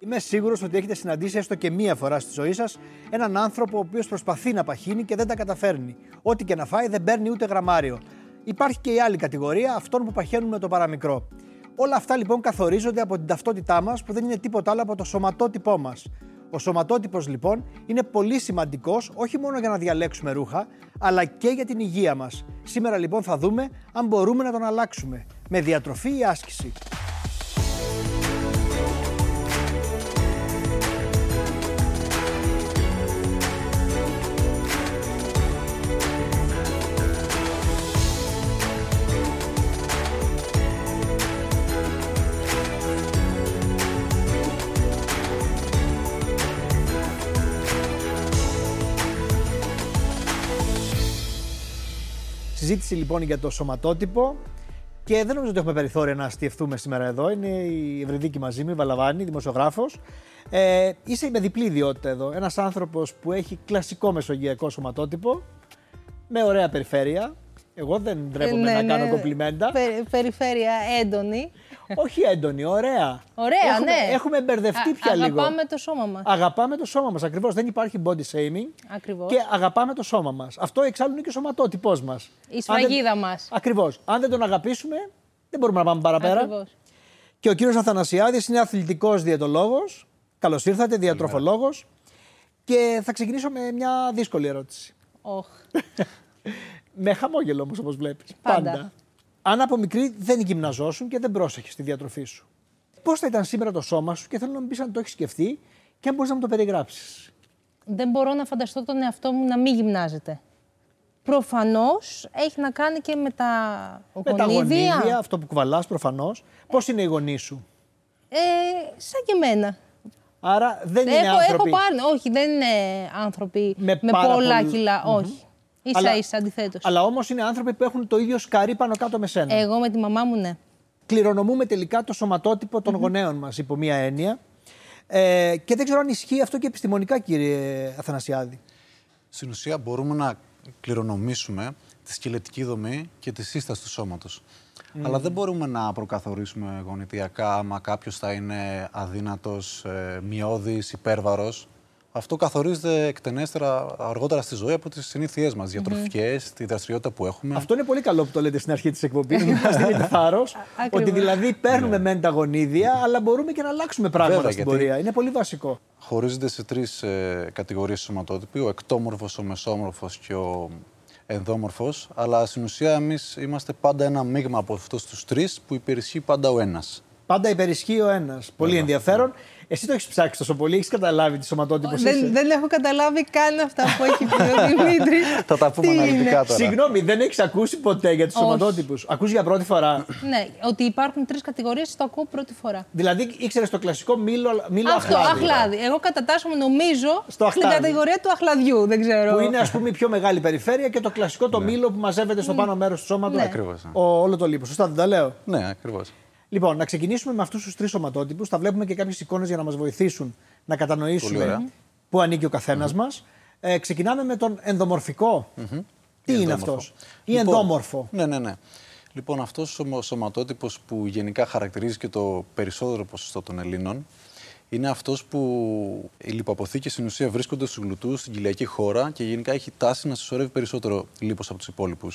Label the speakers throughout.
Speaker 1: είμαι σίγουρος ότι έχετε συναντήσει έστω και μία φορά στη ζωή σας έναν άνθρωπο ο οποίος προσπαθεί να παχύνει και δεν τα καταφέρνει. Ό,τι και να φάει δεν παίρνει ούτε γραμμάριο. Υπάρχει και η άλλη κατηγορία, αυτών που παχαίνουν με το παραμικρό. Όλα αυτά λοιπόν καθορίζονται από την ταυτότητά μας που δεν είναι τίποτα άλλο από το σωματότυπό μας. Ο σωματότυπος λοιπόν είναι πολύ σημαντικός όχι μόνο για να διαλέξουμε ρούχα, αλλά και για την υγεία μας. Σήμερα λοιπόν θα δούμε αν μπορούμε να τον αλλάξουμε, με διατροφή ή άσκηση. Συζήτηση λοιπόν για το σωματότυπο. Και δεν νομίζω ότι έχουμε περιθώρια να αστειευτούμε σήμερα εδώ. Είναι η Ευρυδίκη μαζί μου, η Βαλαβάνη, δημοσιογράφος. Ε, είσαι με διπλή ιδιότητα εδώ. Ένας άνθρωπος που έχει κλασικό μεσογειακό σωματότυπο, με ωραία περιφέρεια. Εγώ δεν ντρέπομαι
Speaker 2: Ε, ναι,
Speaker 1: να κάνω
Speaker 2: ναι.
Speaker 1: κομπλιμέντα.
Speaker 2: Πε- περιφέρεια έντονη.
Speaker 1: Όχι έντονη, ωραία.
Speaker 2: Ωραία,
Speaker 1: έχουμε,
Speaker 2: ναι.
Speaker 1: Έχουμε μπερδευτεί
Speaker 2: Α-
Speaker 1: πια λίγο.
Speaker 2: Αγαπάμε το σώμα μας.
Speaker 1: Αγαπάμε το σώμα μας. Ακριβώς δεν υπάρχει body shaming.
Speaker 2: Ακριβώς.
Speaker 1: Και αγαπάμε το σώμα μας. Αυτό εξάλλου είναι και ο σωματότυπός μας.
Speaker 2: Η σφραγίδα μας.
Speaker 1: Ακριβώς. Αν δεν τον αγαπήσουμε, δεν μπορούμε να πάμε παραπέρα.
Speaker 2: Ακριβώς.
Speaker 1: Και ο κύριος Αθανασιάδης είναι αθλητικός διαιτολόγος. Καλώς ήρθατε, διατροφολόγος. Και θα ξεκινήσω με μια δύσκολη ερώτηση.
Speaker 2: Οχ.
Speaker 1: Με χαμόγελο όμως, όπως βλέπεις.
Speaker 2: Πάντα.
Speaker 1: Αν από μικρή δεν γυμναζόσουν και δεν πρόσεχες τη διατροφή σου, πώς θα ήταν σήμερα το σώμα σου και θέλω να μου πεις αν το έχεις σκεφτεί και αν μπορείς να μου το περιγράψεις.
Speaker 2: Δεν μπορώ να φανταστώ τον εαυτό μου να μην γυμνάζεται. Προφανώς έχει να κάνει και με τα
Speaker 1: Με τα γονίδια,
Speaker 2: γονίδια.
Speaker 1: αυτό που κουβαλάς προφανώς. Πώς είναι οι γονείς σου.
Speaker 2: Ε, σαν και εμένα.
Speaker 1: Άρα δεν είναι
Speaker 2: έχω,
Speaker 1: άνθρωποι.
Speaker 2: έχω πάρει. Όχι, δεν είναι άνθρωποι
Speaker 1: Με
Speaker 2: με,
Speaker 1: πάρα
Speaker 2: πολλά
Speaker 1: πολλ-
Speaker 2: κιλά. Όχι. σα
Speaker 1: Αλλά-
Speaker 2: ίσα αντιθέτως.
Speaker 1: Αλλά όμως είναι άνθρωποι που έχουν το ίδιο σκαρί πάνω κάτω με σένα.
Speaker 2: Εγώ με τη μαμά μου, ναι.
Speaker 1: Κληρονομούμε τελικά το σωματότυπο των γονέων μας, υπό μία έννοια. Ε, και δεν ξέρω αν ισχύει αυτό και επιστημονικά, κύριε Αθανασιάδη.
Speaker 3: Στην ουσία μπορούμε να κληρονομήσουμε τη σκελετική δομή και τη σύσταση του σώματος. Αλλά δεν μπορούμε να προκαθορίσουμε γονιτιακά άμα κάποιος θα είναι αδύνατος, ε, μειώδης, υπέρβαρος. Αυτό καθορίζεται εκτενέστερα αργότερα στη ζωή από τις συνήθειές μας, διατροφικές, τη δραστηριότητα που έχουμε.
Speaker 1: Αυτό είναι πολύ καλό που το λέτε στην αρχή της εκπομπής. Γιατί μα δίνετε θάρρο.
Speaker 2: ακριβώς.
Speaker 1: ότι δηλαδή παίρνουμε μεν τα γονίδια, αλλά μπορούμε και να αλλάξουμε πράγματα
Speaker 3: Ναι. Βέβαια,
Speaker 1: στην
Speaker 3: γιατί-
Speaker 1: πορεία. Είναι πολύ βασικό.
Speaker 3: Χωρίζονται σε τρεις ε, κατηγορίες σωματότυποι, ο εκτόμορφος, ο μεσόμορφος και ο ενδόμορφος, αλλά στην ουσία εμείς είμαστε πάντα ένα μείγμα από αυτούς τους τρεις που υπερισχύει πάντα ο ένας.
Speaker 1: Πάντα υπερισχύει ο ένας. Πολύ ενδιαφέρον. Εσύ το έχεις ψάξει τόσο πολύ, έχεις καταλάβει τη σωματότυπο.
Speaker 2: Δεν, δεν έχω καταλάβει καν αυτά που έχει πει ο Δημήτρης.
Speaker 3: Θα τα πούμε
Speaker 2: Τι είναι.
Speaker 3: αναλυτικά τώρα.
Speaker 1: Συγγνώμη, δεν έχεις ακούσει ποτέ για τους
Speaker 2: Όχι.
Speaker 1: σωματότυπους. Ακούς για πρώτη φορά.
Speaker 2: Ναι, ότι υπάρχουν τρεις κατηγορίες, το ακούω πρώτη φορά.
Speaker 1: δηλαδή ήξερες το κλασικό μήλο, μήλο
Speaker 2: Αυτό,
Speaker 1: αχλάδι.
Speaker 2: αχλάδι. Εγώ κατατάσσομαι νομίζω
Speaker 1: Στο
Speaker 2: στην
Speaker 1: αχλάδι.
Speaker 2: κατηγορία του αχλαδιού. Δεν ξέρω.
Speaker 1: Που είναι, ας πούμε, η πιο μεγάλη περιφέρεια και το κλασικό το μήλο που μαζεύεται στο πάνω μέρος του σώματος.
Speaker 2: Ναι.
Speaker 3: Ακριβώς, ναι.
Speaker 1: Όλο το λίπος. Σωστά, δεν τα λέω.
Speaker 3: Ναι, ακριβώς.
Speaker 1: Λοιπόν, να ξεκινήσουμε με αυτούς τους τρεις σωματότυπου. Θα βλέπουμε και κάποιες εικόνες για να μας βοηθήσουν να
Speaker 3: Πολύ ωραία.
Speaker 1: κατανοήσουμε πού ανήκει ο καθενα μας. Ε, ξεκινάμε με τον ενδομορφικό. Τι είναι αυτό,
Speaker 3: Ενδόμορφο.
Speaker 1: ή
Speaker 3: Λοιπόν,
Speaker 1: ενδόμορφο.
Speaker 3: Ναι, ναι, ναι. Λοιπόν, αυτός ο σωματότυπο που γενικά χαρακτηρίζει και το περισσότερο ποσοστό των Ελλήνων είναι αυτός που οι λιπαποθήκε στην ουσία βρίσκονται στους γλουτούς στην κοιλιακή χώρα και γενικά έχει τάση να συσσωρεύει περισσότερο λίπος από τους υπόλοιπους.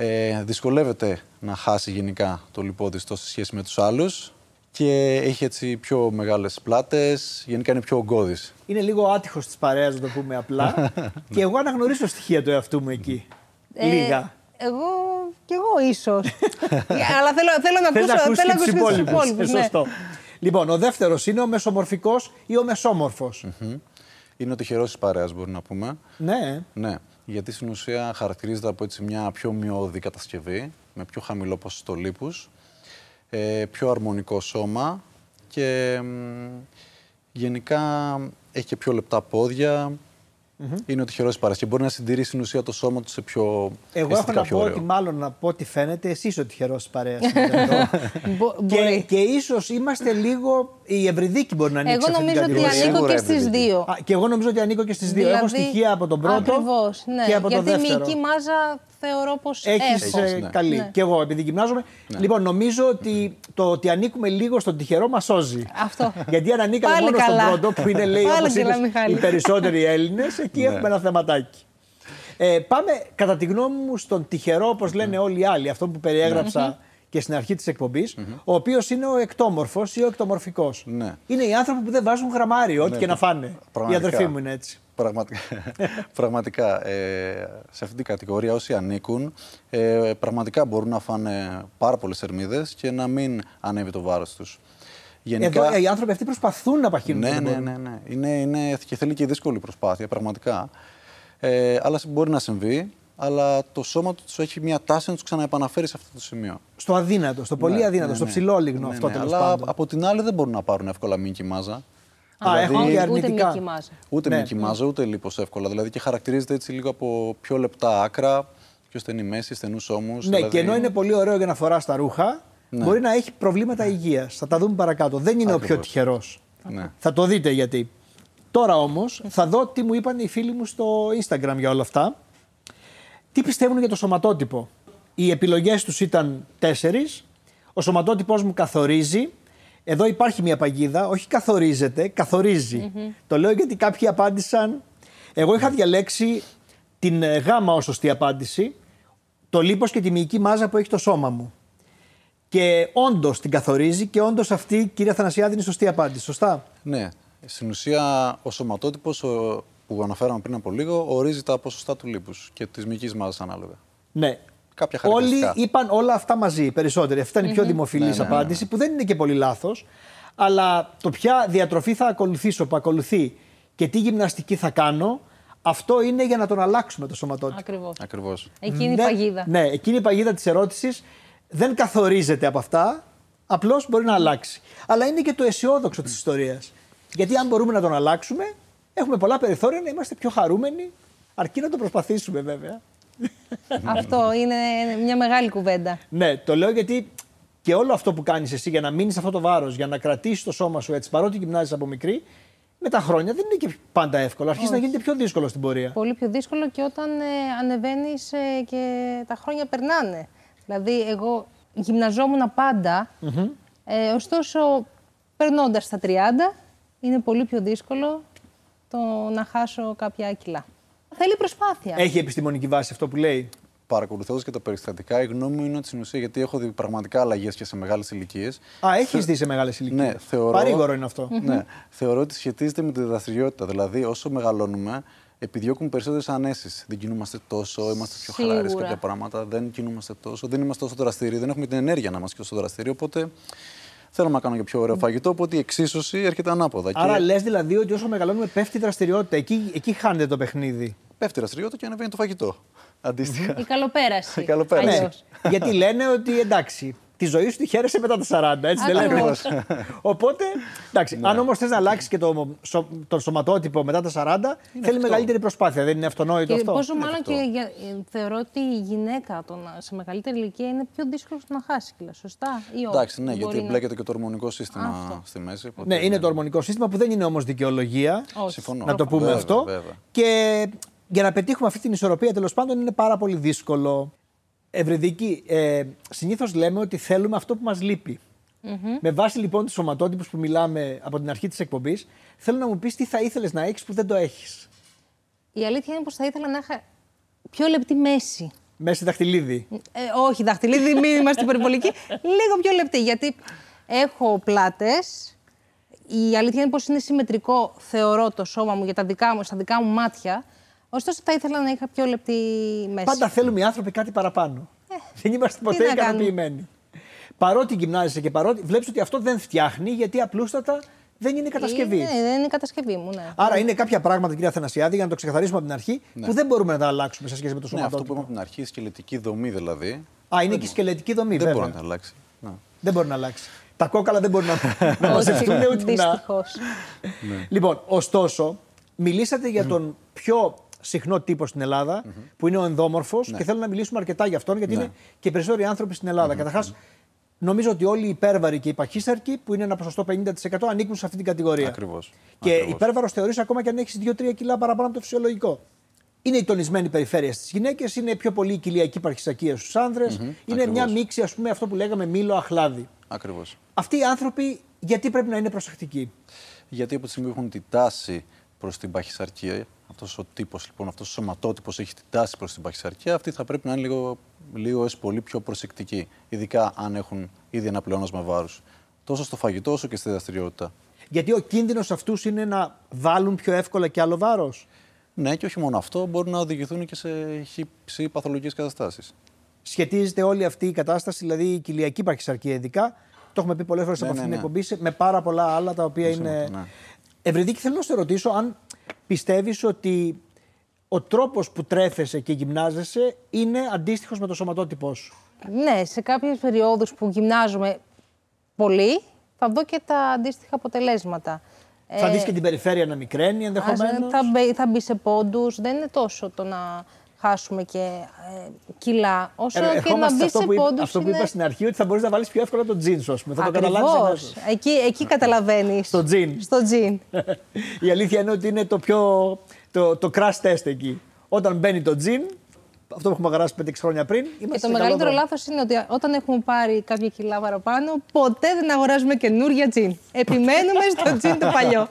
Speaker 3: Ε, δυσκολεύεται να χάσει γενικά το λιπό τη σε σχέση με τους άλλους και έχει έτσι πιο μεγάλες πλάτες. Γενικά είναι πιο ογκώδης.
Speaker 1: Είναι λίγο άτυχος της παρέας, να το πούμε απλά. και εγώ αναγνωρίζω στοιχεία του εαυτού μου εκεί.
Speaker 2: Ε,
Speaker 1: Λίγα.
Speaker 2: Εγώ κι εγώ ίσως. Αλλά θέλω, θέλω να
Speaker 1: Θες να
Speaker 2: ακούσω,
Speaker 1: ακούσει
Speaker 2: θέλω να
Speaker 1: του
Speaker 2: ακούσω και τους
Speaker 1: υπόλοιπους.
Speaker 2: υπόλοιπους, ναι.
Speaker 1: Ε, Σωστό. Λοιπόν, ο δεύτερος είναι ο μεσομορφικός ή ο μεσόμορφος.
Speaker 3: Είναι ο τυχερός της παρέας, μπορούμε να πούμε.
Speaker 1: Ναι.
Speaker 3: Ναι, γιατί στην ουσία χαρακτηρίζεται από έτσι μια πιο μειώδη κατασκευή, με πιο χαμηλό ποσοστό λίπους, ε, πιο αρμονικό σώμα και μ, γενικά έχει και πιο λεπτά πόδια. Είναι ο τυχερός της παρασκευής. Μπορεί να συντηρήσει στην ουσία το σώμα του σε πιο
Speaker 1: Εγώ έχω
Speaker 3: αισθητικά
Speaker 1: να
Speaker 3: πιο
Speaker 1: πω
Speaker 3: ωραίο.
Speaker 1: ότι μάλλον να πω ότι φαίνεται εσύ είσαι ο τυχερό τη παρέα.
Speaker 2: Μπο-
Speaker 1: και
Speaker 2: μπορεί.
Speaker 1: και ίσως είμαστε λίγο. Η Ευρυδίκη μπορεί να ανοίξει
Speaker 2: Εγώ
Speaker 1: αυτή την
Speaker 2: νομίζω ότι
Speaker 1: κατηγορία.
Speaker 2: ανήκω
Speaker 3: Σίγουρα
Speaker 2: και στις
Speaker 3: επιλογή.
Speaker 2: δύο. Δηλαδή,
Speaker 1: Α, και εγώ νομίζω ότι ανήκω και στις δύο. έχω στοιχεία από τον πρώτο
Speaker 2: Ακριβώς, ναι.
Speaker 1: και από
Speaker 2: Γιατί
Speaker 1: τον δεύτερο.
Speaker 2: η μυϊκή μάζα θεωρώ πως
Speaker 1: Έχεις
Speaker 2: έχω.
Speaker 1: ε,
Speaker 3: ναι.
Speaker 1: καλή.
Speaker 2: Ναι.
Speaker 1: Και εγώ, επειδή γυμνάζομαι. Λοιπόν, νομίζω ότι το ότι ανήκουμε λίγο στον τυχερό μας σώζει.
Speaker 2: Αυτό.
Speaker 1: Γιατί αν ανήκαμε
Speaker 2: Πάλι
Speaker 1: μόνο
Speaker 2: καλά.
Speaker 1: στον πρώτο, που είναι λέει
Speaker 2: Πάλι
Speaker 1: όπως
Speaker 2: καλά,
Speaker 1: είπες,
Speaker 2: Μιχάλη.
Speaker 1: οι περισσότεροι Έλληνες,
Speaker 3: Ναι.
Speaker 1: εκεί έχουμε ένα θεματάκι. Ε, πάμε, κατά τη γνώμη μου, στον τυχερό, όπως
Speaker 3: Ναι.
Speaker 1: λένε όλοι οι άλλοι, αυτό που
Speaker 2: Ναι.
Speaker 1: περιέγραψα και στην αρχή της εκπομπη ο οποίος είναι ο εκτόμορφος ή ο εκτομορφικός.
Speaker 3: Ναι.
Speaker 1: Είναι οι άνθρωποι που δεν βάζουν γραμμάριο, ό,τι
Speaker 3: Ναι,
Speaker 1: και να
Speaker 3: π-
Speaker 1: φάνε. Η
Speaker 3: πραγματικά.
Speaker 1: αδερφή μου είναι έτσι.
Speaker 3: Πραγματικά, πραγματικά ε, σε αυτή την κατηγορία όσοι ανήκουν, ε, πραγματικά μπορούν να φάνε πάρα πολλές θερμίδες και να μην ανέβει το βάρος τους.
Speaker 1: Εδώ ε, οι άνθρωποι αυτοί προσπαθούν να παχύνουν.
Speaker 3: Ναι,
Speaker 1: δεν
Speaker 3: ναι,
Speaker 1: μπορούν.
Speaker 3: ναι, ναι. Είναι, είναι, και θέλει και δύσκολη προσπάθεια, πραγματικά. Ε, αλλά μπορεί να συμβεί, αλλά το σώμα του έχει μια τάση να τους ξαναεπαναφέρει σε αυτό το σημείο.
Speaker 1: Στο αδύνατο, στο πολύ
Speaker 3: Ναι,
Speaker 1: αδύνατο,
Speaker 3: ναι,
Speaker 1: στο
Speaker 3: ναι.
Speaker 1: ψηλό λιγνό
Speaker 3: Ναι,
Speaker 1: αυτό
Speaker 3: ναι,
Speaker 1: τέλος
Speaker 3: Αλλά
Speaker 1: πάντων.
Speaker 3: από την άλλη δεν μπορούν να πάρουν εύκολα μήκη μάζα.
Speaker 1: Α, έχουν
Speaker 2: Ούτε-
Speaker 1: και
Speaker 2: Ούτε
Speaker 1: αρνητικά.
Speaker 2: μυϊκή μάζα.
Speaker 3: Ούτε
Speaker 1: Ναι.
Speaker 3: μήκη μάζα, ούτε λίπος εύκολα. Δηλαδή και χαρακτηρίζεται έτσι λίγο από πιο λεπτά άκρα, πιο στενή μέση, δηλαδή- στενούς ώμους.
Speaker 1: Ναι, και ενώ είναι πολύ ωραίο για να φοράς τα ρούχα, μπορεί να έχει προβλήματα υγείας. Θα τα δούμε παρακάτω. Δεν είναι ο πιο
Speaker 3: Ακριβώς.
Speaker 1: τυχερός.
Speaker 3: Ναι.
Speaker 1: Θα το δείτε γιατί. Τώρα όμως θα δω τι μου είπαν οι φίλοι μου στο Instagram για όλα αυτά. Τι πιστεύουν για το σωματότυπο. Οι επιλογές τους ήταν τέσσερις. Ο σωματότυπος μου καθορίζει. Εδώ υπάρχει μια παγίδα. Όχι καθορίζεται, καθορίζει. Το λέω γιατί κάποιοι απάντησαν. Εγώ
Speaker 3: Ναι.
Speaker 1: είχα διαλέξει την ε, γάμα ως σωστή απάντηση. Το λίπος και τη μυϊκή μάζα που έχει το σώμα μου. Και όντως την καθορίζει και όντως αυτή, κυρία Θανασιάδη, είναι η σωστή απάντηση. Σωστά.
Speaker 3: Ναι. Στην ουσία, ο σωματότυπος που αναφέραμε πριν από λίγο ορίζει τα ποσοστά του λίπους και της μήκη μάζας ανάλογα.
Speaker 1: Ναι.
Speaker 3: Κάποια
Speaker 1: Όλοι
Speaker 3: χαρακτηριστικά.
Speaker 1: είπαν όλα αυτά μαζί, οι περισσότεροι. Αυτή ήταν η πιο δημοφιλής
Speaker 3: Ναι, ναι, ναι, ναι.
Speaker 1: απάντηση, που δεν είναι και πολύ λάθος. Αλλά το ποια διατροφή θα ακολουθήσω, που ακολουθεί και τι γυμναστική θα κάνω, αυτό είναι για να τον αλλάξουμε το σωματότυπο.
Speaker 2: Ακριβώς.
Speaker 3: Ακριβώς.
Speaker 2: Εκείνη η
Speaker 1: Ναι,
Speaker 2: παγίδα.
Speaker 1: Ναι, εκείνη η παγίδα της ερώτησης δεν καθορίζεται από αυτά. Απλώς μπορεί να αλλάξει. Αλλά είναι και το αισιόδοξο της ιστορίας. Γιατί αν μπορούμε να τον αλλάξουμε, έχουμε πολλά περιθώρια να είμαστε πιο χαρούμενοι, αρκεί να το προσπαθήσουμε βέβαια.
Speaker 2: Αυτό είναι μια μεγάλη κουβέντα.
Speaker 1: Ναι, το λέω γιατί και όλο αυτό που κάνεις εσύ για να μείνεις αυτό το βάρος, για να κρατήσεις το σώμα σου έτσι, παρότι γυμνάζεις από μικρή, με τα χρόνια δεν είναι και πάντα εύκολο. Αρχίζει να γίνεται πιο δύσκολο στην πορεία.
Speaker 2: Πολύ πιο δύσκολο και όταν ε, ανεβαίνεις και τα χρόνια περνάνε. Δηλαδή, εγώ γυμναζόμουν πάντα, ε, ωστόσο, περνώντας τα 30, είναι πολύ πιο δύσκολο το να χάσω κάποια κιλά. Θέλει προσπάθεια.
Speaker 1: Έχει επιστημονική βάση αυτό που λέει.
Speaker 3: Παρακολουθώντας και τα περιστατικά, η γνώμη μου είναι ότι στην ουσία, γιατί έχω δει πραγματικά αλλαγές και σε μεγάλες ηλικίες.
Speaker 1: Α, έχεις δει σε μεγάλες ηλικίε.
Speaker 3: Ναι, θεωρώ.
Speaker 1: Παρήγορο είναι αυτό.
Speaker 3: Ναι, θεωρώ ότι σχετίζεται με τη δραστηριότητα. Δηλαδή, όσο μεγαλώνουμε, επιδιώκουμε περισσότερες ανέσεις. Δεν κινούμαστε τόσο, είμαστε πιο
Speaker 2: Σίγουρα.
Speaker 3: χαλαρέ σε κάποια πράγματα, δεν κινούμαστε τόσο, δεν είμαστε τόσο δραστήριοι, δεν έχουμε την ενέργεια να είμαστε τόσο δραστήριοι. Οπότε θέλουμε να κάνουμε και πιο ωραίο φαγητό. Οπότε η εξίσωση έρχεται ανάποδα.
Speaker 1: Άρα
Speaker 3: και
Speaker 1: λες δηλαδή ότι όσο μεγαλώνουμε πέφτει η δραστηριότητα. Εκεί, εκεί χάνεται το παιχνίδι.
Speaker 3: πέφτει η δραστηριότητα και ανεβαίνει το φαγητό. Αντίστοιχα.
Speaker 2: Η καλοπέραση.
Speaker 3: Η καλοπέραση.
Speaker 1: Ναι,
Speaker 2: αλλιώς.
Speaker 1: γιατί λένε ότι εντάξει, τη ζωή σου τη χαίρεσαι μετά τα 40, έτσι δεν λένε.
Speaker 2: Ακριβώς.
Speaker 1: Οπότε, εντάξει,
Speaker 2: Ναι.
Speaker 1: αν όμως θες να αλλάξει και το, σω- τον σωματότυπο μετά τα 40, θέλει
Speaker 3: εφικτό.
Speaker 1: μεγαλύτερη προσπάθεια. Δεν είναι αυτονόητο
Speaker 2: Και
Speaker 1: αυτό.
Speaker 2: πόσο μάλλον
Speaker 3: αυτό.
Speaker 2: και για, ε, θεωρώ ότι η γυναίκα το να- σε μεγαλύτερη ηλικία είναι πιο δύσκολο να χάσει κιλά. Σωστά ή όχι.
Speaker 3: Εντάξει, ναι,
Speaker 2: Μπορεί
Speaker 3: γιατί
Speaker 2: να-
Speaker 3: εμπλέκεται και το ορμονικό
Speaker 2: Αυτό.
Speaker 3: σύστημα στη μέση. οπότε
Speaker 1: Ναι, είναι το ορμονικό σύστημα που δεν είναι όμως δικαιολογία.
Speaker 2: Όχι.
Speaker 3: Συμφωνώ.
Speaker 1: Να το πούμε
Speaker 3: Βέβαια,
Speaker 1: αυτό.
Speaker 3: βέβαια.
Speaker 1: Και για να πετύχουμε αυτή την ισορροπία, τέλος πάντων, είναι πάρα πολύ δύσκολο. Ευρυδική, ε, συνήθως λέμε ότι θέλουμε αυτό που μας λειπει Με βάση λοιπόν τους σωματότυπους που μιλάμε από την αρχή της εκπομπής, θέλω να μου πεις τι θα ήθελες να έχεις που δεν το έχεις.
Speaker 2: Η αλήθεια είναι πως θα ήθελα να είχα πιο λεπτή μέση.
Speaker 1: Μέση δαχτυλίδι.
Speaker 2: Ε, όχι δαχτυλίδι, μην είμαστε υπερβολικοί. Λίγο πιο λεπτή, γιατί έχω πλάτες. Η αλήθεια είναι πως είναι συμμετρικό, θεωρώ, το σώμα μου για τα δικά μου, στα δικά μου μάτια. Ωστόσο, θα ήθελα να είχα πιο λεπτή μέση.
Speaker 1: Πάντα θέλουμε οι άνθρωποι κάτι παραπάνω. δεν είμαστε ποτέ
Speaker 2: Ε, να κάνουμε.
Speaker 1: ικανοποιημένοι. Παρότι γυμνάζεσαι και παρότι βλέπεις ότι αυτό δεν φτιάχνει, γιατί απλούστατα δεν είναι κατασκευή.
Speaker 2: Ναι, δεν είναι η κατασκευή μου, ναι.
Speaker 1: Άρα είναι κάποια πράγματα, κυρία Θανασιάδη, για να το ξεκαθαρίσουμε από την αρχή, που δεν μπορούμε να τα αλλάξουμε σε σχέση με το
Speaker 3: Ναι, αυτό που
Speaker 1: σωματότυπο.
Speaker 3: είπαμε από την αρχή, η σκελετική δομή δηλαδή.
Speaker 1: Α, είναι και η σκελετική δομή,
Speaker 3: Δεν
Speaker 1: Ε, βέβαια.
Speaker 3: μπορεί να την αλλάξει. Ναι.
Speaker 1: Δεν μπορεί να αλλάξει. Τα κόκαλα δεν μπορεί να, να μαζευτούν ούτε να.
Speaker 2: Δυστυχώς.
Speaker 3: Ναι.
Speaker 1: Λοιπόν, ωστόσο, μιλήσατε για τον πιο συχνό τύπο στην ελλαδα που είναι ο ενδόμορφος,
Speaker 3: Ναι.
Speaker 1: και θέλω να μιλήσουμε αρκετά για αυτόν, γιατί είναι και οι περισσότεροι άνθρωποι στην Ελλάδα. Καταρχάς, νομίζω ότι όλοι οι υπέρβαροι και οι παχύσαρκοι, που είναι ένα ποσοστό 50%, ανήκουν σε αυτή την κατηγορία.
Speaker 3: Ακριβώς.
Speaker 1: Και
Speaker 3: Ακριβώς.
Speaker 1: υπέρβαρος θεωρείς ακόμα και αν έχεις 2-3 κιλά παραπάνω από το φυσιολογικό. Είναι η τονισμένη περιφέρεια στις γυναίκες, είναι πιο πολύ η κοιλιακή παρχισακία στους ανδρε είναι μια
Speaker 3: ακριβώς.
Speaker 1: μίξη, ας πούμε, αυτό που λέγαμε μήλο αχλάδι.
Speaker 3: Ακριβώς.
Speaker 1: Αυτοί οι άνθρωποι γιατί πρέπει να είναι προσεκτικοί.
Speaker 3: Γιατί από τη στιγμή που έχουν τη τάση προς την παχυσαρκία, αυτός ο τύπος λοιπόν, αυτός ο σωματότυπος έχει τη τάση προς την παχυσαρκία, αυτοί θα πρέπει να είναι λίγο, λίγο έως πολύ πιο προσεκτικοί. Ειδικά αν έχουν ήδη ένα πλεόνασμα βάρους. Τόσο στο φαγητό όσο και στη δραστηριότητα.
Speaker 1: Γιατί ο κίνδυνος αυτούς είναι να βάλουν πιο εύκολα και άλλο βάρος.
Speaker 3: Ναι, και όχι μόνο αυτό, μπορούν να οδηγηθούν και σε χύψη παθολογικέ καταστάσεις.
Speaker 1: Σχετίζεται όλη αυτή η κατάσταση, δηλαδή η κοιλιακή παχυσαρκία ειδικά. Το έχουμε πει πολλές φορές
Speaker 3: Ναι,
Speaker 1: από
Speaker 3: ναι,
Speaker 1: αυτήν την
Speaker 3: ναι.
Speaker 1: εκπομπή σε- με πάρα πολλά άλλα τα οποία
Speaker 3: Μισό λεπτό,
Speaker 1: είναι.
Speaker 3: ναι.
Speaker 1: Ευρυδίκη, θέλω να σε ρωτήσω αν πιστεύεις ότι ο τρόπος που τρέφεσαι και γυμνάζεσαι είναι αντίστοιχος με το σωματότυπό σου.
Speaker 2: Ναι, σε κάποιες περιόδους που γυμνάζομαι πολύ, θα δω και τα αντίστοιχα αποτελέσματα.
Speaker 1: Θα
Speaker 2: Ε,
Speaker 1: δει και την περιφέρεια να μικραίνει
Speaker 2: Ας, ε,
Speaker 1: ενδεχομένω.
Speaker 2: θα, μπει, θα μπει σε πόντους, δεν είναι τόσο το να χάσουμε και ε, κιλά, όσο και να μπεις σε
Speaker 1: Ε, αυτό που, είπα-
Speaker 2: πόντους
Speaker 1: αυτό που
Speaker 2: είναι...
Speaker 1: είπα στην αρχή, ότι θα μπορείς να βάλεις πιο εύκολα το τζιν σου, ας πούμε. Θα το καταλάβεις
Speaker 2: Ακριβώς.
Speaker 1: αμέσως.
Speaker 2: Εκεί, εκεί καταλαβαίνεις.
Speaker 1: Στο τζιν.
Speaker 2: Στο τζιν.
Speaker 1: Η αλήθεια είναι ότι είναι το πιο. το, το crash test εκεί. Όταν μπαίνει το τζιν, αυτό που έχουμε αγοράσει 5-6 χρόνια πριν. Είμαστε
Speaker 2: Και
Speaker 1: σε
Speaker 2: το
Speaker 1: καλό
Speaker 2: μεγαλύτερο
Speaker 1: δρόμο.
Speaker 2: λάθος είναι ότι όταν έχουμε πάρει κάποια κιλά παραπάνω, ποτέ δεν αγοράζουμε καινούργια τζιν. Επιμένουμε στο τζιν το παλιό.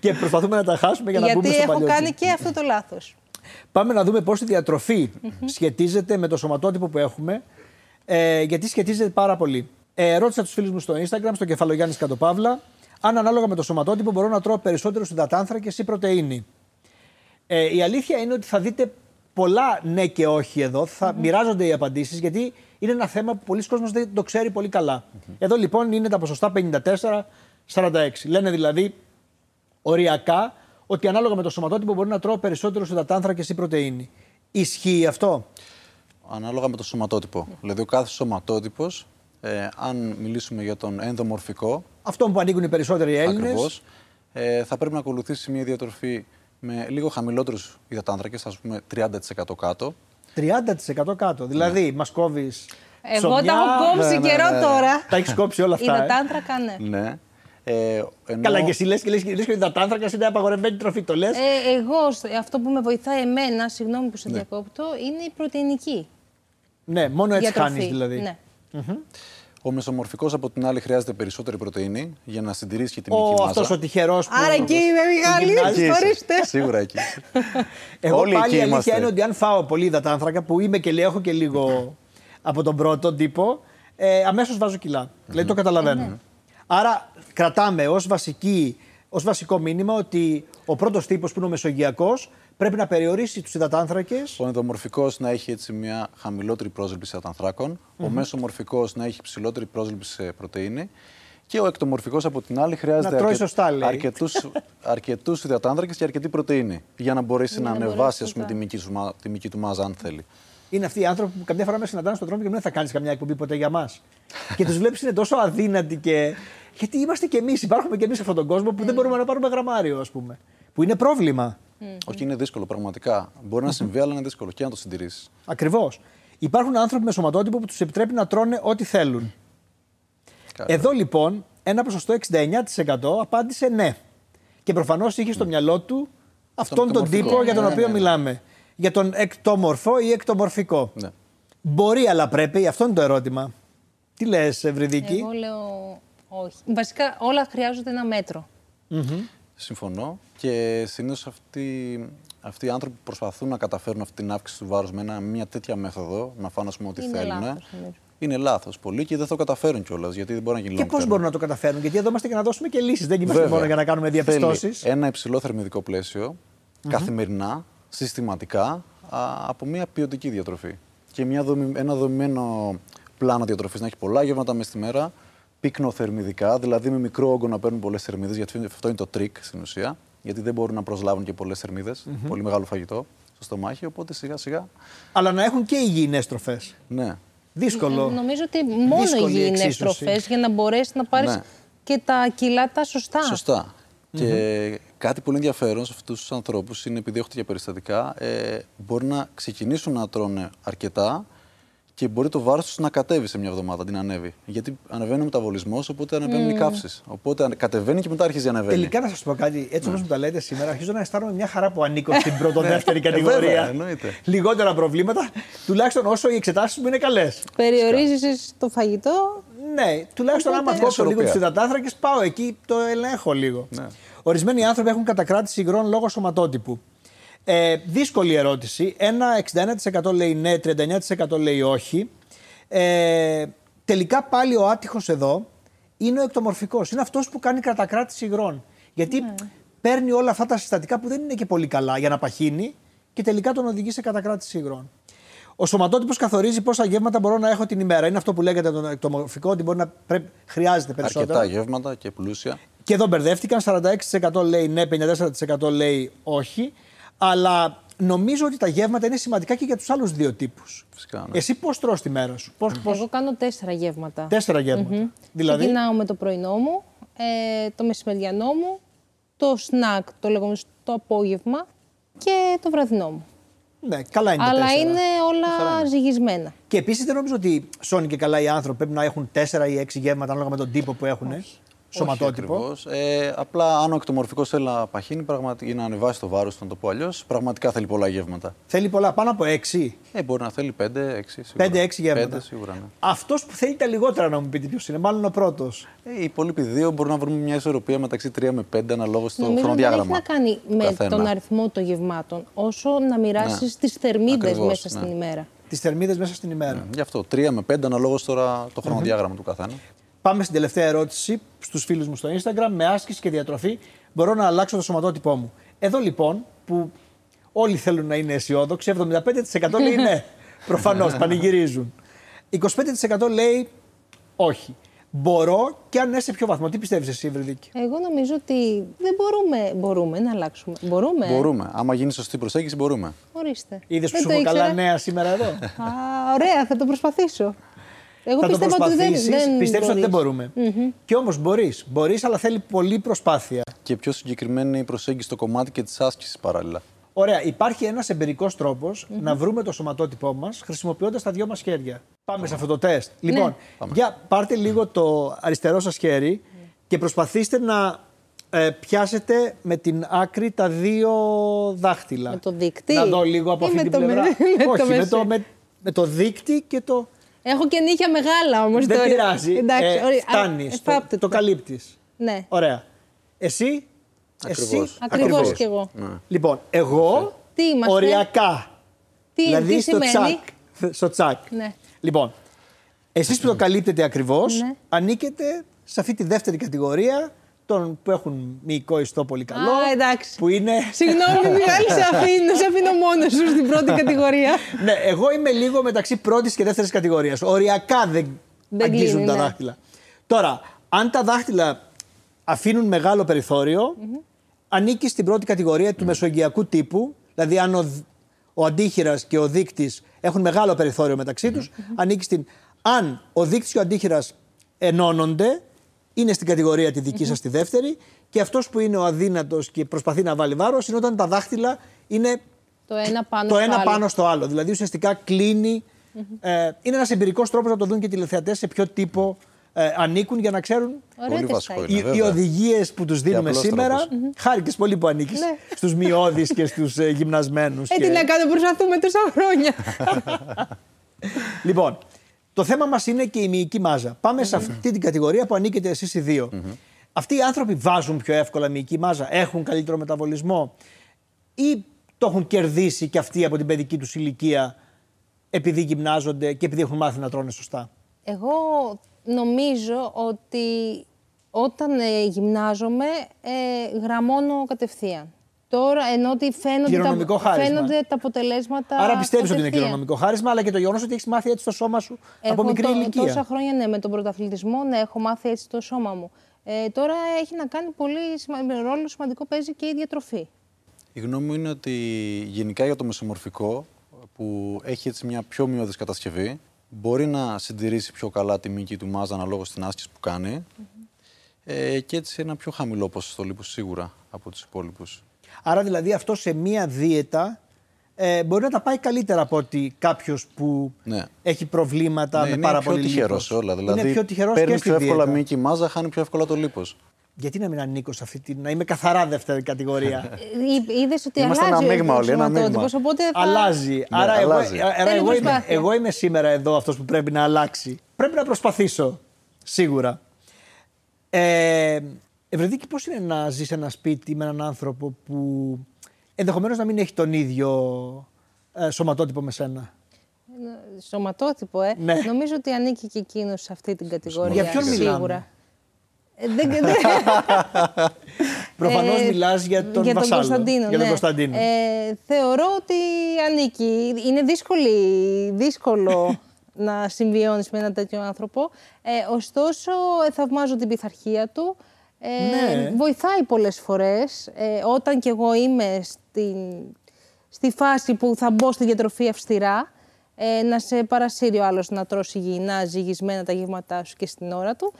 Speaker 1: Και προσπαθούμε να τα χάσουμε για να μπούμε
Speaker 2: Γιατί
Speaker 1: στο
Speaker 2: έχω
Speaker 1: παλιό
Speaker 2: κάνει
Speaker 1: τζιν.
Speaker 2: και αυτό το λάθος.
Speaker 1: Πάμε να δούμε πώς η διατροφη σχετίζεται με το σωματότυπο που έχουμε. Ε, γιατί σχετίζεται πάρα πολύ. Ε, ρώτησα τους φίλους μου στο Instagram, στο κεφαλογιάννη Κατοπαύλα, αν ανάλογα με το σωματότυπο μπορώ να τρώω περισσότερο υδατάνθρακες ή πρωτενη. Ε, η αλήθεια είναι ότι θα δείτε πολλά ναι και όχι εδώ. Θα μοιράζονται οι απαντήσεις γιατί είναι ένα θέμα που πολλοί κόσμος δεν το ξέρει πολύ καλά. Εδώ λοιπόν είναι τα ποσοστά 54-46. Λένε δηλαδή οριακά ότι ανάλογα με το σωματότυπο μπορεί να τρώω περισσότερο υδατάνθρακες ή πρωτενη. Ισχύει αυτό.
Speaker 3: Ανάλογα με το σωματότυπο. Δηλαδή, ο κάθε σωματότυπος, ε, αν μιλήσουμε για τον ενδομορφικό,
Speaker 1: Αυτό που ανοίγουν οι περισσότεροι Έλληνες.
Speaker 3: ακριβώς, ε, θα πρέπει να ακολουθήσει μια διατροφή με λίγο χαμηλότερους υδατάνθρακε, ας πούμε 30% κάτω.
Speaker 1: 30% κάτω. Δηλαδή, μας κόβεις.
Speaker 2: Εγώ τα έχω κόψει
Speaker 3: ναι,
Speaker 2: καιρό
Speaker 3: ναι, ναι.
Speaker 2: τώρα.
Speaker 1: Τα έχεις κόψει όλα αυτά. ε.
Speaker 2: Υδατάνθρακα, ναι.
Speaker 3: Ναι. Ε, ενώ...
Speaker 1: Καλά, και εσύ λες και λες και ο υδατάνθρακας είναι απαγορευμένη τροφή. Το λες.
Speaker 2: Ε, εγώ, στο- αυτό που με βοηθάει εμένα, συγγνώμη που σε διακόπτω, είναι η πρωτεϊνική
Speaker 1: Ναι, μόνο έτσι
Speaker 2: διατροφή.
Speaker 1: χάνεις δηλαδή.
Speaker 2: Ναι.
Speaker 3: Ο μεσομορφικός, από την άλλη, χρειάζεται περισσότερη πρωτενη για να συντηρήσει και την μυϊκή
Speaker 1: Ο,
Speaker 3: μάζα.
Speaker 1: αυτός ο τυχερός που...
Speaker 2: Άρα εκεί είμαι
Speaker 3: Εκεί
Speaker 2: μεγάλη,
Speaker 3: είσαι.
Speaker 2: ορίστε.
Speaker 3: Σίγουρα εκεί.
Speaker 1: Εγώ
Speaker 3: Όλοι
Speaker 1: πάλι
Speaker 3: εκεί
Speaker 1: η αλήθεια
Speaker 3: είμαστε.
Speaker 1: είναι ότι αν φάω πολύ υδατάνθρακα που είμαι και λέει έχω και λίγο από τον πρώτο τύπο, ε, αμέσως βάζω κιλά. Δηλαδή το καταλαβαίνω.
Speaker 3: Ναι.
Speaker 1: Άρα κρατάμε ως, βασική, ως βασικό μήνυμα ότι ο πρώτος τύπος που είναι ο μεσογειακός πρέπει να περιορίσει τους υδατάνθρακες.
Speaker 3: Ο ενδομορφικό να έχει έτσι μια χαμηλότερη πρόσληψη σε ανθρακων Ο μεσομορφικός να έχει ψηλότερη πρόσληψη σε πρωτενη. Και ο εκτομορφικός από την άλλη χρειάζεται
Speaker 1: Να τρώει σωστά, λέει.
Speaker 3: αρκετούς υδατάνθρακες και αρκετή πρωτενη για να μπορέσει να,
Speaker 2: να μπορέσει
Speaker 3: ανεβάσει ας
Speaker 2: σωστά.
Speaker 3: πούμε, τη, μυϊκή σου μα- τη μυϊκή του μάζα, αν θέλει.
Speaker 1: Είναι αυτοί οι άνθρωποι που καμιά φορά με συναντάνε στον δρόμο και μου λένε θα κάνεις καμιά εκπομπή ποτέ για μας. και τους βλέπεις είναι τόσο αδύνατοι και. Γιατί είμαστε κι εμείς, υπάρχουμε κι εμείς σε αυτόν τον κόσμο
Speaker 3: Ναι.
Speaker 1: που δεν μπορούμε να πάρουμε γραμμάριο, ας πούμε. Που είναι πρόβλημα.
Speaker 3: Όχι, είναι δύσκολο πραγματικά. Μπορεί να συμβεί, αλλά είναι δύσκολο και να το συντηρήσεις.
Speaker 1: Ακριβώς. Υπάρχουν άνθρωποι με σωματότυπο που τους επιτρέπει να τρώνε ό,τι θέλουν. Εδώ λοιπόν ένα ποσοστό 69% απάντησε ναι. Και προφανώς είχε στο μυαλό του αυτόν τον
Speaker 3: εκτομορφικό.
Speaker 1: τύπο για τον
Speaker 3: Ναι, ναι,
Speaker 1: οποίο
Speaker 3: ναι.
Speaker 1: μιλάμε. Για τον εκτομορφό ή εκτομορφικό.
Speaker 3: Ναι.
Speaker 1: Μπορεί, αλλά πρέπει. Αυτό είναι το ερώτημα. Τι λες, Ευρυδίκη.
Speaker 2: Εγώ λοιπόν λέω όχι. Βασικά όλα χρειάζονται ένα μέτρο.
Speaker 3: Συμφωνώ. Και συνήθως αυτοί, αυτοί οι άνθρωποι που προσπαθούν να καταφέρουν αυτή την αύξηση του βάρους με ένα- μια τέτοια μέθοδο, να φάνε ας πούμε, ό,τι
Speaker 2: Είναι
Speaker 3: θέλουν.
Speaker 2: λάθος, νομίζω.
Speaker 3: Είναι λάθος πολύ και δεν θα το καταφέρουν κιόλας γιατί δεν μπορεί να γίνει
Speaker 1: Και
Speaker 3: long
Speaker 1: πώς
Speaker 3: term.
Speaker 1: μπορούν να το καταφέρουν, Γιατί εδώ είμαστε για να δώσουμε και λύσεις. Δεν είμαστε
Speaker 3: Βέβαια.
Speaker 1: μόνο για να κάνουμε διαπιστώσει.
Speaker 3: Θέλει Ε. Ένα υψηλό θερμιδικό πλαίσιο, καθημερινά, συστηματικά, α, από μια ποιοτική διατροφή. Και μια δομη- ένα δομημένο πλάνο διατροφής να έχει πολλά γεύματα μέσα στη μέρα, πυκνοθερμιδικά, δηλαδή με μικρό όγκο να παίρνουν πολλές θερμίδες, γιατί αυτό είναι το τρίκ στην ουσία. Γιατί δεν μπορούν να προσλάβουν και πολλές πολύ μεγάλο φαγητό στο στομάχι. Οπότε σιγά σιγά.
Speaker 1: Αλλά να έχουν και υγιεινές τροφέ.
Speaker 3: Ναι.
Speaker 1: Δύσκολο.
Speaker 2: Ε, Νομίζω ότι μόνο οι
Speaker 1: Δύσκολη
Speaker 2: υγιεινές
Speaker 1: εξίσωση.
Speaker 2: τροφέ για να μπορέσεις να πάρεις
Speaker 3: Ναι.
Speaker 2: και τα κιλά τα σωστά.
Speaker 3: Σωστά. Και κάτι πολύ ενδιαφέρον σε αυτούς τους ανθρώπους είναι επειδή έχουν και περιστατικά, ε, μπορεί να ξεκινήσουν να τρώνε αρκετά και μπορεί το βάρος τους να κατέβει σε μια εβδομάδα, την ανέβει. Γιατί ανεβαίνει ο μεταβολισμός, οπότε ανεβαίνουν οι καύσεις. Οπότε ανε- κατεβαίνει και μετά αρχίζει να ανεβαίνει.
Speaker 1: Τελικά να σας πω κάτι, έτσι όπως μου τα λέτε σήμερα, αρχίζω να αισθάνομαι μια χαρά που ανήκω στην πρώτο-δεύτερη
Speaker 3: Ναι. Ε, βέβαια,
Speaker 1: κατηγορία.
Speaker 3: εννοείται.
Speaker 1: Λιγότερα προβλήματα, τουλάχιστον όσο οι εξετάσεις μου είναι καλές.
Speaker 2: Περιορίζεις το φαγητό.
Speaker 1: Ναι, τουλάχιστον άμα
Speaker 2: Μια
Speaker 1: κόψω λίγο
Speaker 3: ισορροπία.
Speaker 1: του υδατάνθρακες, πάω εκεί, το ελέγχω λίγο.
Speaker 3: Ναι.
Speaker 1: Ορισμένοι άνθρωποι έχουν κατακράτηση υγρών λόγω σωματότυπου. Ε, δύσκολη ερώτηση. Ένα 61% λέει ναι, 39% λέει όχι. Ε, τελικά πάλι ο άτυχος εδώ είναι ο εκτομορφικός. Είναι αυτός που κάνει κατακράτηση υγρών. Γιατί παίρνει όλα αυτά τα συστατικά που δεν είναι και πολύ καλά για να παχύνει και τελικά τον οδηγεί σε κατακράτηση υγρών. Ο σωματότυπος καθορίζει πόσα γεύματα μπορώ να έχω την ημέρα. Είναι αυτό που λέγεται τον εκτομορφικό, ότι μπορεί να πρέπει, χρειάζεται περισσότερα.
Speaker 3: Αρκετά γεύματα και πλούσια.
Speaker 1: Και εδώ μπερδεύτηκαν. 46% λέει ναι, 54% λέει όχι. Αλλά νομίζω ότι τα γεύματα είναι σημαντικά και για τους άλλους δύο τύπους.
Speaker 3: Φυσικά, ναι.
Speaker 1: Εσύ πώς τρως τη μέρα σου, πώς, πώς...
Speaker 2: Εγώ κάνω τέσσερα γεύματα.
Speaker 1: Τέσσερα γεύματα. Δηλαδή,
Speaker 2: Ξεκινάω με το πρωινό μου, ε, το μεσημεριανό μου, το σνακ, το λεγόμενο το απόγευμα και το βραδινό μου.
Speaker 1: ναι, καλά είναι τα
Speaker 2: Αλλά
Speaker 1: τέσσερα.
Speaker 2: είναι όλα ζυγισμένα.
Speaker 1: Και επίσης δεν νομίζω ότι σώνει και καλά οι άνθρωποι πρέπει να έχουν τέσσερα ή έξι γεύματα ανάλογα με τον τύπο που έχουν. ε, Σωματότυπο.
Speaker 3: Όχι ακριβώς. Ε, απλά αν ο εκτομορφικός θέλει να παχύνει πραγματι... ή να ανεβάσει το βάρος του, να το πω αλλιώς, πραγματικά θέλει πολλά γεύματα.
Speaker 1: Θέλει πολλά, πάνω από έξι.
Speaker 3: Ε, μπορεί να θέλει 5-6 σίγουρα.
Speaker 1: 5-6 γεύματα.
Speaker 3: 5 σίγουρα, ναι.
Speaker 1: Αυτός που θέλει τα λιγότερα να μου πείτε ποιος είναι, μάλλον ο πρώτος.
Speaker 3: Ε, οι υπόλοιποι δύο μπορούν να βρούμε μια ισορροπία μεταξύ 3 με 5 αναλόγως στο
Speaker 2: Νομίζω ότι δεν έχει
Speaker 3: χρονοδιάγραμμα.
Speaker 2: να κάνει
Speaker 3: του
Speaker 2: με
Speaker 3: καθένα.
Speaker 2: τον αριθμό των γευμάτων, όσο να μοιράσεις
Speaker 3: Ναι.
Speaker 2: τις θερμίδες
Speaker 3: Ακριβώς,
Speaker 2: μέσα
Speaker 3: ναι.
Speaker 2: στην ημέρα.
Speaker 1: Τις θερμίδες μέσα στην ημέρα.
Speaker 3: Ε, Γι' αυτό 3 με 5 αναλόγως τώρα το χρονοδιάγραμμα του καθένα.
Speaker 1: Πάμε στην τελευταία ερώτηση στους φίλους μου στο Instagram. Με άσκηση και διατροφή μπορώ να αλλάξω το σωματότυπό μου. Εδώ λοιπόν που όλοι θέλουν να είναι αισιόδοξοι, 75% λέει ναι. Προφανώς πανηγυρίζουν. 25% λέει όχι. Μπορώ και αν ναι, σε ποιο βαθμό. Τι πιστεύεις εσύ, Βρυδίκη.
Speaker 2: Εγώ νομίζω ότι δεν μπορούμε, μπορούμε να αλλάξουμε. Μπορούμε. ε.
Speaker 3: Μπορούμε. Άμα γίνει σωστή προσέγγιση, μπορούμε.
Speaker 2: Ορίστε.
Speaker 1: Είδες που
Speaker 2: Δεν
Speaker 1: σου
Speaker 2: το
Speaker 1: έχω
Speaker 2: ήξερα.
Speaker 1: καλά νέα σήμερα εδώ.
Speaker 2: Α, ωραία, θα το προσπαθήσω. Εγώ
Speaker 1: θα το
Speaker 2: πιστεύω ότι δεν,
Speaker 1: προσπαθήσεις.
Speaker 2: δεν
Speaker 1: Πιστεύεις ότι δεν
Speaker 2: μπορείς.
Speaker 1: μπορούμε. Και όμως μπορείς. Μπορείς, αλλά θέλει πολλή προσπάθεια.
Speaker 3: Και πιο συγκεκριμένη η προσέγγιση στο κομμάτι και της άσκησης παράλληλα.
Speaker 1: Ωραία, υπάρχει ένας εμπειρικός να βρούμε το σωματότυπό μας χρησιμοποιώντας τα δυο μας χέρια. Πάμε σε αυτό το τεστ.
Speaker 2: Ναι.
Speaker 1: Λοιπόν, για πάρτε λίγο το αριστερό σας χέρι και προσπαθήστε να ε, πιάσετε με την άκρη τα δύο δάχτυλα.
Speaker 2: Με το δείκτη?
Speaker 1: Να δω λίγο από
Speaker 2: Ή
Speaker 1: αυτή
Speaker 2: με
Speaker 1: την
Speaker 2: το με-
Speaker 1: πλευρά.
Speaker 2: με το
Speaker 1: Όχι, με,
Speaker 2: μεσαίο.
Speaker 1: το, με, με το δείκτη και το.
Speaker 2: Έχω και νύχια μεγάλα όμως
Speaker 1: Δεν
Speaker 2: τώρα.
Speaker 1: πειράζει.
Speaker 2: Εντάξει,
Speaker 1: ε,
Speaker 2: ωραία.
Speaker 1: φτάνει.
Speaker 2: Ε,
Speaker 1: το-
Speaker 2: εφάπτεται.
Speaker 1: το καλύπτεις.
Speaker 2: Ναι,
Speaker 1: Ωραία. Εσύ.
Speaker 3: Ακριβώς.
Speaker 1: Εσύ.
Speaker 2: ακριβώς
Speaker 1: ακριβώς.
Speaker 2: κι εγώ.
Speaker 1: Λοιπόν, εγώ
Speaker 2: Τι είμαστε?
Speaker 1: οριακά.
Speaker 2: Τι,
Speaker 1: δηλαδή
Speaker 2: τι
Speaker 1: στο
Speaker 2: σημαίνει.
Speaker 1: τσακ. Στο τσακ.
Speaker 2: Ναι.
Speaker 1: Λοιπόν, εσείς που το καλύπτετε ακριβώς,
Speaker 2: Ναι.
Speaker 1: ανήκετε σε αυτή τη δεύτερη κατηγορία των που έχουν μυϊκό ιστό πολύ καλό.
Speaker 2: Α, εντάξει.
Speaker 1: Που είναι...
Speaker 2: Συγγνώμη, Μιχάλη, σε αφήνω, σε αφήνω μόνος σου στην πρώτη κατηγορία.
Speaker 1: ναι, εγώ είμαι λίγο μεταξύ πρώτης και δεύτερης κατηγορίας. Οριακά δεν,
Speaker 2: Δεν
Speaker 1: αγγίζουν
Speaker 2: κλείνει,
Speaker 1: τα
Speaker 2: ναι.
Speaker 1: δάχτυλα. Τώρα, αν τα δάχτυλα αφήνουν μεγάλο περιθώριο, ανήκει στην πρώτη κατηγορία του μεσογειακού τύπου. Δηλαδή, αν ο, δ- ο αντίχειρας και ο δείκτης έχουν μεγάλο περιθώριο μεταξύ τους, ανήκει στην... Αν ο δείκτης και ο αντίχειρας ενώνονται, είναι στην κατηγορία τη δική σας τη δεύτερη και αυτός που είναι ο αδύνατος και προσπαθεί να βάλει βάρος είναι όταν τα δάχτυλα είναι
Speaker 2: Το ένα πάνω
Speaker 1: το
Speaker 2: στο
Speaker 1: ένα
Speaker 2: άλλο.
Speaker 1: πάνω στο άλλο. Δηλαδή ουσιαστικά κλείνει. Ε, είναι ένας εμπειρικός τρόπος να το δουν και οι τηλεθεατές σε ποιο τύπο ε, ανήκουν για να ξέρουν
Speaker 2: Ωραία τεστάκι.
Speaker 3: Πολύ βασικό είναι.
Speaker 1: οι,
Speaker 3: βέβαια.
Speaker 1: οι οδηγίες που τους δίνουμε
Speaker 3: απλός
Speaker 1: σήμερα.
Speaker 3: τρόπος.
Speaker 1: Χάρηκες πολύ που ανήκεις
Speaker 2: Ναι.
Speaker 1: στους μειώδεις και στους ε, γυμνασμένους.
Speaker 2: Ε, τι να κάνω, προσπαθούμε τόσα χρόνια.
Speaker 1: Λοιπόν, το θέμα μας είναι και η μυϊκή μάζα. Πάμε σε αυτή την κατηγορία που ανήκετε εσείς οι δύο. Αυτοί οι άνθρωποι βάζουν πιο εύκολα μυϊκή μάζα, έχουν καλύτερο μεταβολισμό ή το έχουν κερδίσει και αυτοί από την παιδική τους ηλικία επειδή γυμνάζονται και επειδή έχουν μάθει να τρώνε σωστά.
Speaker 2: Εγώ νομίζω ότι όταν ε, γυμνάζομαι ε, γραμμώνω κατευθείαν. Τώρα ενώ ότι φαίνονται,
Speaker 1: Κληρονομικό
Speaker 2: τα,
Speaker 1: χάρισμα.
Speaker 2: φαίνονται τα αποτελέσματα.
Speaker 1: Άρα πιστεύεις ότι είναι
Speaker 2: κατευθείαν.
Speaker 1: κληρονομικό χάρισμα, αλλά και το γεγονός ότι έχεις μάθει έτσι το σώμα σου από
Speaker 2: Έχω
Speaker 1: μικρή
Speaker 2: τό-
Speaker 1: ηλικία.
Speaker 2: Τόσα χρόνια ναι, με τον πρωταθλητισμό ναι, έχω μάθει έτσι το σώμα μου. Ε, τώρα έχει να κάνει πολύ σημα- ρόλο σημαντικό παίζει και η διατροφή.
Speaker 3: Η γνώμη μου είναι ότι γενικά για το μεσομορφικό, που έχει έτσι μια πιο μειώδης κατασκευή, μπορεί να συντηρήσει πιο καλά τη μήκη του μάζα αναλόγως στην άσκηση που κανει Ε, και έτσι ένα πιο χαμηλό ποσοστό λίπους σίγουρα από τους υπόλοιπους.
Speaker 1: Άρα δηλαδή αυτό σε μία δίαιτα ε, μπορεί να τα πάει καλύτερα από ότι κάποιος που
Speaker 3: Ναι.
Speaker 1: έχει προβλήματα
Speaker 3: Ναι,
Speaker 1: με
Speaker 3: είναι
Speaker 1: πάρα
Speaker 3: πιο
Speaker 1: πολύ
Speaker 3: τυχερός
Speaker 1: λίπος.
Speaker 3: σε όλα. Δηλαδή,
Speaker 1: είναι πιο τυχερός και
Speaker 3: παίρνει
Speaker 1: στη
Speaker 3: πιο εύκολα
Speaker 1: δίαιτα.
Speaker 3: μήκη μάζα, χάνει πιο εύκολα το λίπος.
Speaker 1: Γιατί να μην ανήκω σε αυτή την. να είμαι καθαρά δεύτερη κατηγορία.
Speaker 2: Είδε Ε, ότι
Speaker 3: Είμαστε ένα
Speaker 2: αλλάζει
Speaker 3: μείγμα
Speaker 2: ο
Speaker 3: όλοι, ένα
Speaker 2: σωματότυπος,
Speaker 3: μείγμα.
Speaker 2: Οπότε θα...
Speaker 1: αλλάζει. άρα εγώ, ε,
Speaker 3: αλλάζει.
Speaker 1: άρα
Speaker 2: Θέλει
Speaker 1: εγώ, είμαι,
Speaker 2: προσπάθεια.
Speaker 1: εγώ είμαι σήμερα εδώ αυτός που πρέπει να αλλάξει. Πρέπει να προσπαθήσω. Σίγουρα. Ε, Ευρεδίκη, πώς είναι να ζεις σε ένα σπίτι με έναν άνθρωπο που ενδεχομένως να μην έχει τον ίδιο ε, σωματότυπο με σένα.
Speaker 2: Σωματότυπο, ε.
Speaker 1: Ναι.
Speaker 2: Νομίζω ότι ανήκει και εκείνος σε αυτή την κατηγορία.
Speaker 1: Για ποιον
Speaker 2: σίγουρα.
Speaker 1: μιλάμε?
Speaker 2: Ε, δεν, δεν,
Speaker 1: Προφανώς
Speaker 2: Ε,
Speaker 1: μιλάς για τον
Speaker 2: για
Speaker 1: Βασάλο.
Speaker 2: Κωνσταντίνο,
Speaker 1: για τον
Speaker 2: ναι.
Speaker 1: Κωνσταντίνο.
Speaker 2: Ε, θεωρώ ότι ανήκει. Είναι δύσκολη, δύσκολο να συμβιώνεις με έναν τέτοιο άνθρωπο. Ε, ωστόσο, ε, θαυμάζω την πειθαρχία του. Ε,
Speaker 1: Ναι.
Speaker 2: Βοηθάει πολλές φορές. Ε, όταν κι εγώ είμαι στην, στη φάση που θα μπω στη διατροφή αυστηρά, ε, να σε παρασύρει ο άλλος να τρώσει υγιεινά, ζυγισμένα τα γεύματά σου και στην ώρα του.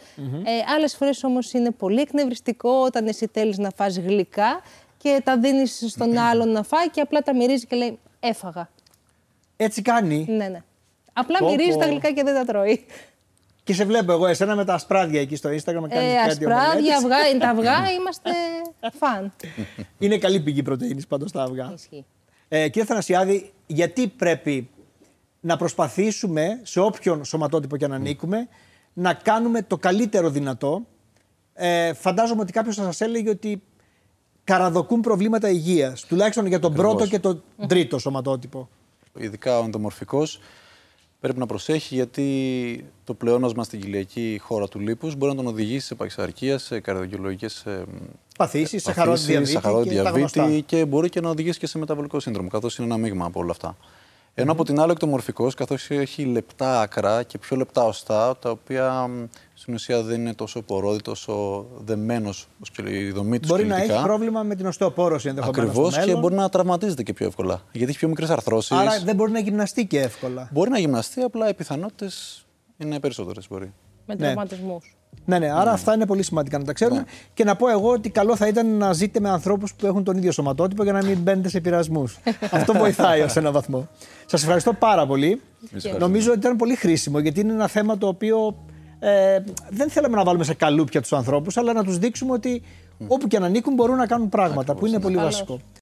Speaker 2: Ε, άλλες φορές όμως είναι πολύ εκνευριστικό όταν εσύ θέλεις να φας γλυκά και τα δίνεις στον άλλον να φάει και απλά τα μυρίζει και λέει «έφαγα».
Speaker 1: Έτσι κάνει.
Speaker 2: Ναι, ναι. Απλά
Speaker 1: Πω,
Speaker 2: μυρίζει
Speaker 1: πω.
Speaker 2: τα γλυκά και δεν τα τρώει.
Speaker 1: Και σε βλέπω εγώ, εσένα με τα ασπράδια εκεί στο Instagram να κάνεις
Speaker 2: Ε,
Speaker 1: κάτι ομελέτες.
Speaker 2: ασπράδια, αυγά, τα αυγά είμαστε φαν.
Speaker 1: Ναι. Είναι καλή πηγή πρωτεΐνης πάντως τα αυγά.
Speaker 2: Ισχύει.
Speaker 1: Ε, κύριε Θανασιάδη, γιατί πρέπει να προσπαθήσουμε σε όποιον σωματότυπο και αν ανήκουμε να κάνουμε το καλύτερο δυνατό. Ε, φαντάζομαι ότι κάποιος θα σας έλεγε ότι καραδοκούν προβλήματα υγείας, τουλάχιστον για τον πρώτο και τον τρίτο σωματότυπο.
Speaker 3: Ειδικά ο ενδομορφικός πρέπει να προσέχει γιατί το πλεόνασμα στην κοιλιακή χώρα του λίπους μπορεί να τον οδηγήσει σε παχυσαρκία, σε καρδιολογικέ
Speaker 1: Παθήσεις, σαχαρόδι διαβήτη,
Speaker 3: σαχαρόδι
Speaker 1: και τα γνωστά.
Speaker 3: διαβήτη και μπορεί και να οδηγήσει και σε μεταβολικό σύνδρομο, καθώς είναι ένα μείγμα από όλα αυτά. Ενώ από την άλλη, ο εκτομορφικός, καθώς έχει λεπτά άκρα και πιο λεπτά οστά, τα οποία μ, στην ουσία δεν είναι τόσο πορόδι, τόσο δεμένος η δομή τους
Speaker 1: Μπορεί να έχει πρόβλημα με την οστεοπόρωση ενδεχομένως
Speaker 3: Ακριβώ
Speaker 1: στο
Speaker 3: και
Speaker 1: μέλλον,
Speaker 3: μπορεί να τραυματίζεται και πιο εύκολα. Γιατί έχει πιο μικρές αρθρώσεις.
Speaker 1: άρα δεν μπορεί να γυμναστεί και εύκολα.
Speaker 3: Μπορεί να γυμναστεί, απλά οι πιθανότητες είναι περισσότερες. Μπορεί.
Speaker 2: Με τραυματισμούς.
Speaker 1: Ναι, ναι, άρα αυτά είναι πολύ σημαντικά να τα ξέρουμε. Και να πω εγώ ότι καλό θα ήταν να ζείτε με ανθρώπους που έχουν τον ίδιο σωματότυπο για να μην μπαίνετε σε πειρασμούς. Αυτό βοηθάει ως έναν βαθμό. Σας ευχαριστώ πάρα πολύ.
Speaker 3: ευχαριστούμε.
Speaker 1: Νομίζω ότι ήταν πολύ χρήσιμο γιατί είναι ένα θέμα το οποίο ε, δεν θέλαμε να βάλουμε σε καλούπια τους ανθρώπους, αλλά να τους δείξουμε ότι όπου και αν ανήκουν μπορούν να κάνουν πράγματα που είναι πολύ
Speaker 2: Καλώς.
Speaker 1: βασικό.